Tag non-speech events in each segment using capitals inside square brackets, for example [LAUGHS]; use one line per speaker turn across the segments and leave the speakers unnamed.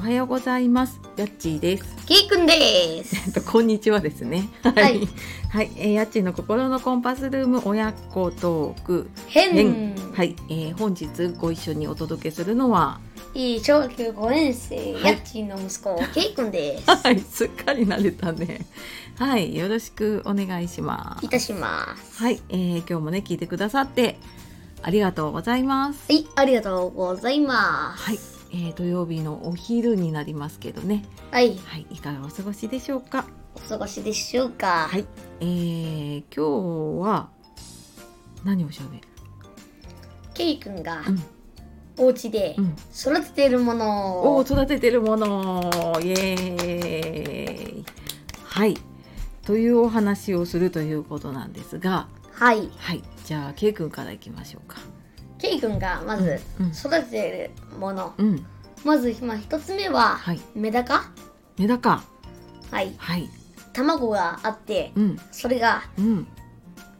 はようございます。やっちーです。 [LAUGHS]
ケイくんで
えっ
す。
とこんにちはですね。
い
はい。はい、えー、やっちーの心のコンパスルーム親子トーク。
変。
はい、えー、本日ご一緒にお届けするのは、 [LAUGHS]
いい小学五年生、
はい
やっちーの息子、ケイくんです。
はい、すっかり慣れたね。はい、よろしくお願いしま
い
す。
たします。
はい、えー、今日もね聞いてくださってありがとうございます。
はい、ありがとうございます。
はい、えー、土曜日のお昼になりますけどね。
はい、
はい、いかがお過ごしでしょうか。
お過ごしでしょうか。
はい、えー、今日は何をしゃべる？
ケイくんが
うん
お家で
うん、
育ててるもの
おお
を。
育ててるもの、イエーイ。はい、というお話をするということなんですが、
はい、
はい、じゃあ K 君からいきましょうか。
ケイくんがまず
うん
育ててるもの。
うん、うん、
まず、まあ、一つ目は
はい、
メダカ。
メダカ、
はい、
はい、
卵があって、
うん、
それが
うん、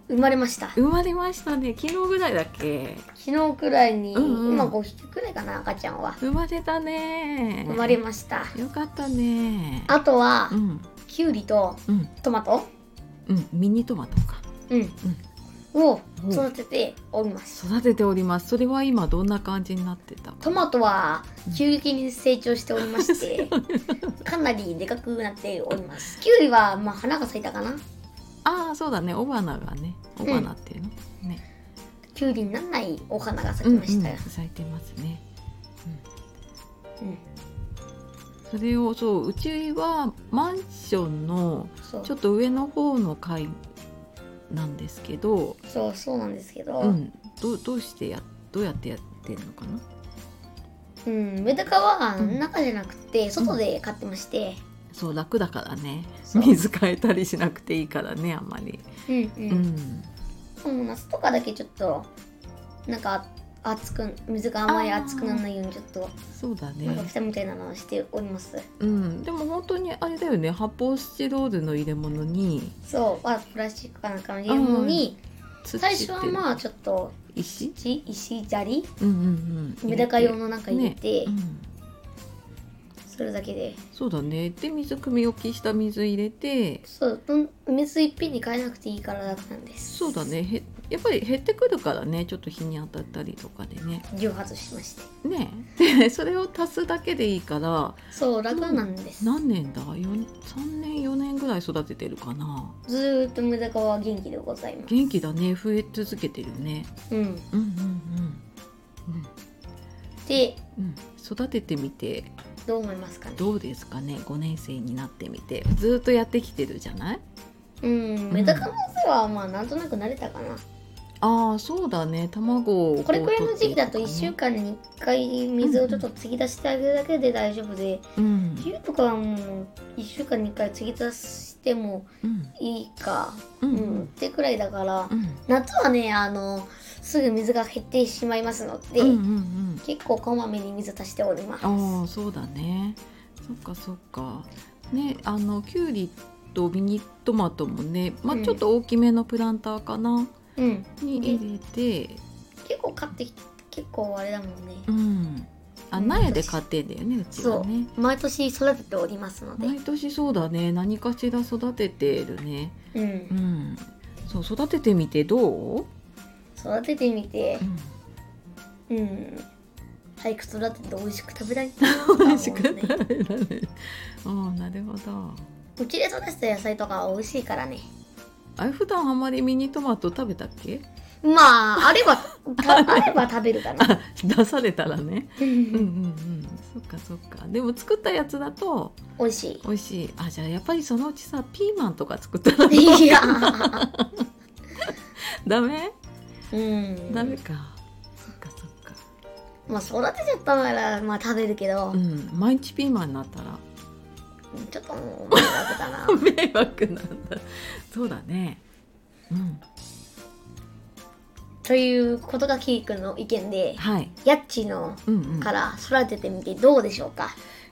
生まれました。
生まれましたね。昨日ぐらいだっけ？
昨日くらいに、
うんうん
今5匹くらいかな、赤ちゃんは。
生まれたね。
生まれました。
よかったね。
あとは
う、ん、
きゅうりと
うん、
トマト、
うん、ミニトマトか。
うんを育てております。
育てております。それは今どんな感じになってた？
トマトは急激に成長しておりまして、
[LAUGHS]
かなりでかくなっております。きゅうりは、まあ、花が咲いたかな
ああ、そうだね。雄花がね、雄花っていうの。ね、
きゅうりにならないお花が咲
う
き
ん、う
ましたよ
ん、。咲いてますね。
うん
それをそう、うちはマンションの
そう
ちょっと上の方の階なんですけど、
そうそうなんですけど、
う
うん
ん、どうどうしてやどうやってやってんのかな？
メダカは
うん
中じゃなくて外で飼ってまして、
そう楽だからね。
そう
水変えたりしなくていいからね、あんまり。
うん
う
うん
ん。
もう夏とかだけちょっとなんか熱く水があんまり熱くならないようにちょっと
そうだね。
なんか蓋みたいなのをしております。
うん、でも本当にあれだよね発泡スチロールの入れ物に
そう、はプラスチックかなんかの入れ物に、
土
最初はまあちょっと
石
土石砂利
うんうんうん
メダカ用
入
のなんか入れて
れて、うん
それだけで
そうだねで水汲み置きした水入れて
そううん水いっぺんに変えなくていいから楽なんです
そうだねへやっぱり減ってくるからねちょっと日に当たったりとかでね
蒸発しまして
ねでそれを足すだけでいいから
そう楽なんです、
何年だ4 3年4年ぐらい育ててるかな
ずーっとメダカは元気でございます
元気だね増え続けてるね
うん
うんうんうん
で
うんうん育ててみて
どう思いますかね
どうですかね5年生になってみてずっとやってきてるじゃない
うんメダカの世話はまあなんとなく慣れたかな、
ああそうだね卵を
これくらいの時期だと1週
週
間に1回水をちょっと継ぎ足してあげるだけで大丈夫で、
うん、
冬とかはもう1週間に1回継ぎ足しても
うん
いいか、
う
うんん
うん
ってくらいだから、
うん
夏はねあのすぐ水が減ってしまいますので、
うんうんうん
結構こまめに水足しております
ああそうだねそっかそっかねあのきゅうりとミニトマトもね、まあ、
うん
ちょっと大きめのプランターかな、
うん
に入れて、
結構買ってきて結構あれだもんね、
うん、あ
うん
苗で買ってんだよねうちはね
毎年育てておりますので、
毎年そうだね何かしら育ててるね
う、
うんんそう育ててみてどう
育ててみて
うん
うん早く育てて美味しく食べたいなとか思うね
美味しく食べられる。ああ、なるほど。
うちで育てた野菜とかは美味しいからね
あれ普段あんまりミニトマト食べたっけ？ [LAUGHS]
まああればたあれば食べるかな
あ、出されたらね。
う
うんうん
ん
うん。そっかそっか。でも作ったやつだと
美味し
美味しい。あ、じゃあやっぱりそのうちさピーマンとか作ったら [LAUGHS]
いいや
ダメ？
うん
ダメか。そっかそっか。
まあ育てちゃったならまあ食べるけど、
うん。毎日ピーマンになったら
ちょっともう迷惑
[LAUGHS]
だな
迷惑なんだ。そうだね。うん。
ということがキーくんの意見で
はい。
やっちーの
うんうん。
から育ててみてどうでしょうか、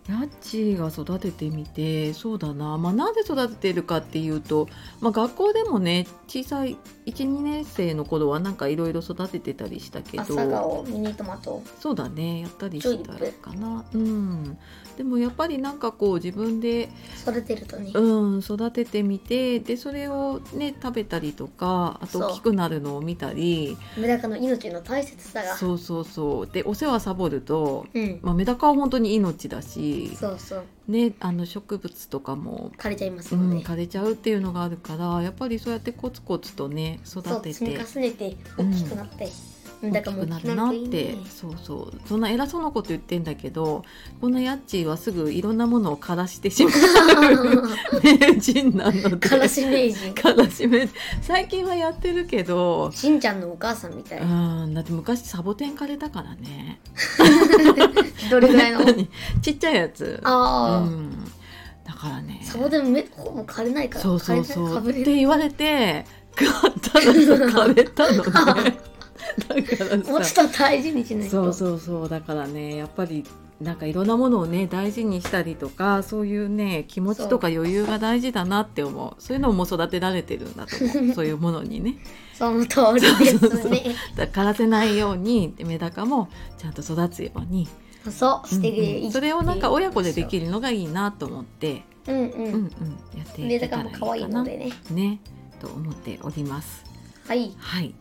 ヤッチーが育ててみてそうだな、まあ、なぜ育ててるかっていうと、まあ、学校でもね小さい12年生の頃はなんかいろいろ育ててたりしたけ
朝
ど
顔ミニトマト
そうだねやったりしたかな、うん、でもやっぱりなんかこう自分で、
育てるとね、
うん、育ててみてでそれをね食べたりとかあと
そう
大きくなるのを見たり
メダカの命の大切さが
そうそうそうでお世話サボると、
うん
まあ、メダカは本当に命だし
そうそう
ね、あの植物とかも、
枯れちゃいます
う
ので、
ん、枯れちゃうっていうのがあるからやっぱりそうやってコツコツとね育
そう
て
積み
て
重ねて大きくなって、メダ
大
カ
き
も
くな
大きく
る
な
なっ
るとい
て
いね
そうそうそんな偉そうなこと言ってんだけどこのヤッチーはすぐいろんなものを枯らしてしまう名人なので
[LAUGHS] 悲しい名人
枯らしめ最近はやってるけど。 [LAUGHS]
しんちゃんのお母さんみたい
うん、だって昔サボテン枯れたからね。
どれぐらいの
[LAUGHS] ちっちゃいやつ。
ああ、
うん、だからね。
サボテンめほぼ枯れないから
そうそうそう
枯
って
れないかぶれ
言われて買ったのと枯れたの
[LAUGHS]
ねだ
も
か
う
ら
ち
さ
ょっと大事にしないと
そうそうそうだからねやっぱりなんかいろんなものをね大事にしたりとかそういうね気持ちとか余裕が大事だなって思うそういうのも育てられてるんだと
[LAUGHS]
思うそういうものにね
その通りで
そうそう
す
そう
ね
だから枯らせないようにメダカもちゃんと育つように、
そうしてくれる、
うんうんそれをなんか親子でできるのがいいなと思って、
うん
う
うん
うんん、やってい
メ
け
ダ
たら
カも
いい
可愛い
か
の
な
でね
ねと思っております。
はい
はい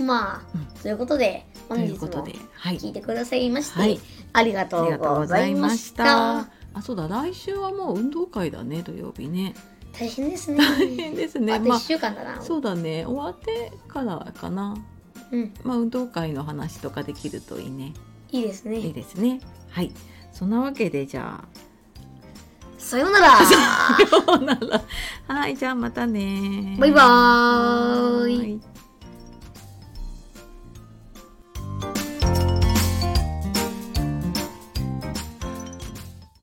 まあ、
うん
ということで
と
本
い
日
うこと
も
で、はい、
聞いてくださいまして、
はい
ありが
あ
と
り
う
がとう
ご
ご
ざ
ざ
い
い
ま
ま
し
したた。あ、そうだ、来週はもう運動会だね、土曜日ね。
大変ですね
大変ですね
あと
ま
1
あ
週間だな、
そうだね、終わってからかな。
うん
まあ、運動会の話とかできるといいね。
いいですね
いいですね。はい、そんなわけで、じゃ
さようなら
[LAUGHS] あ。さようならはい、じゃあ、またね。
バイバーイ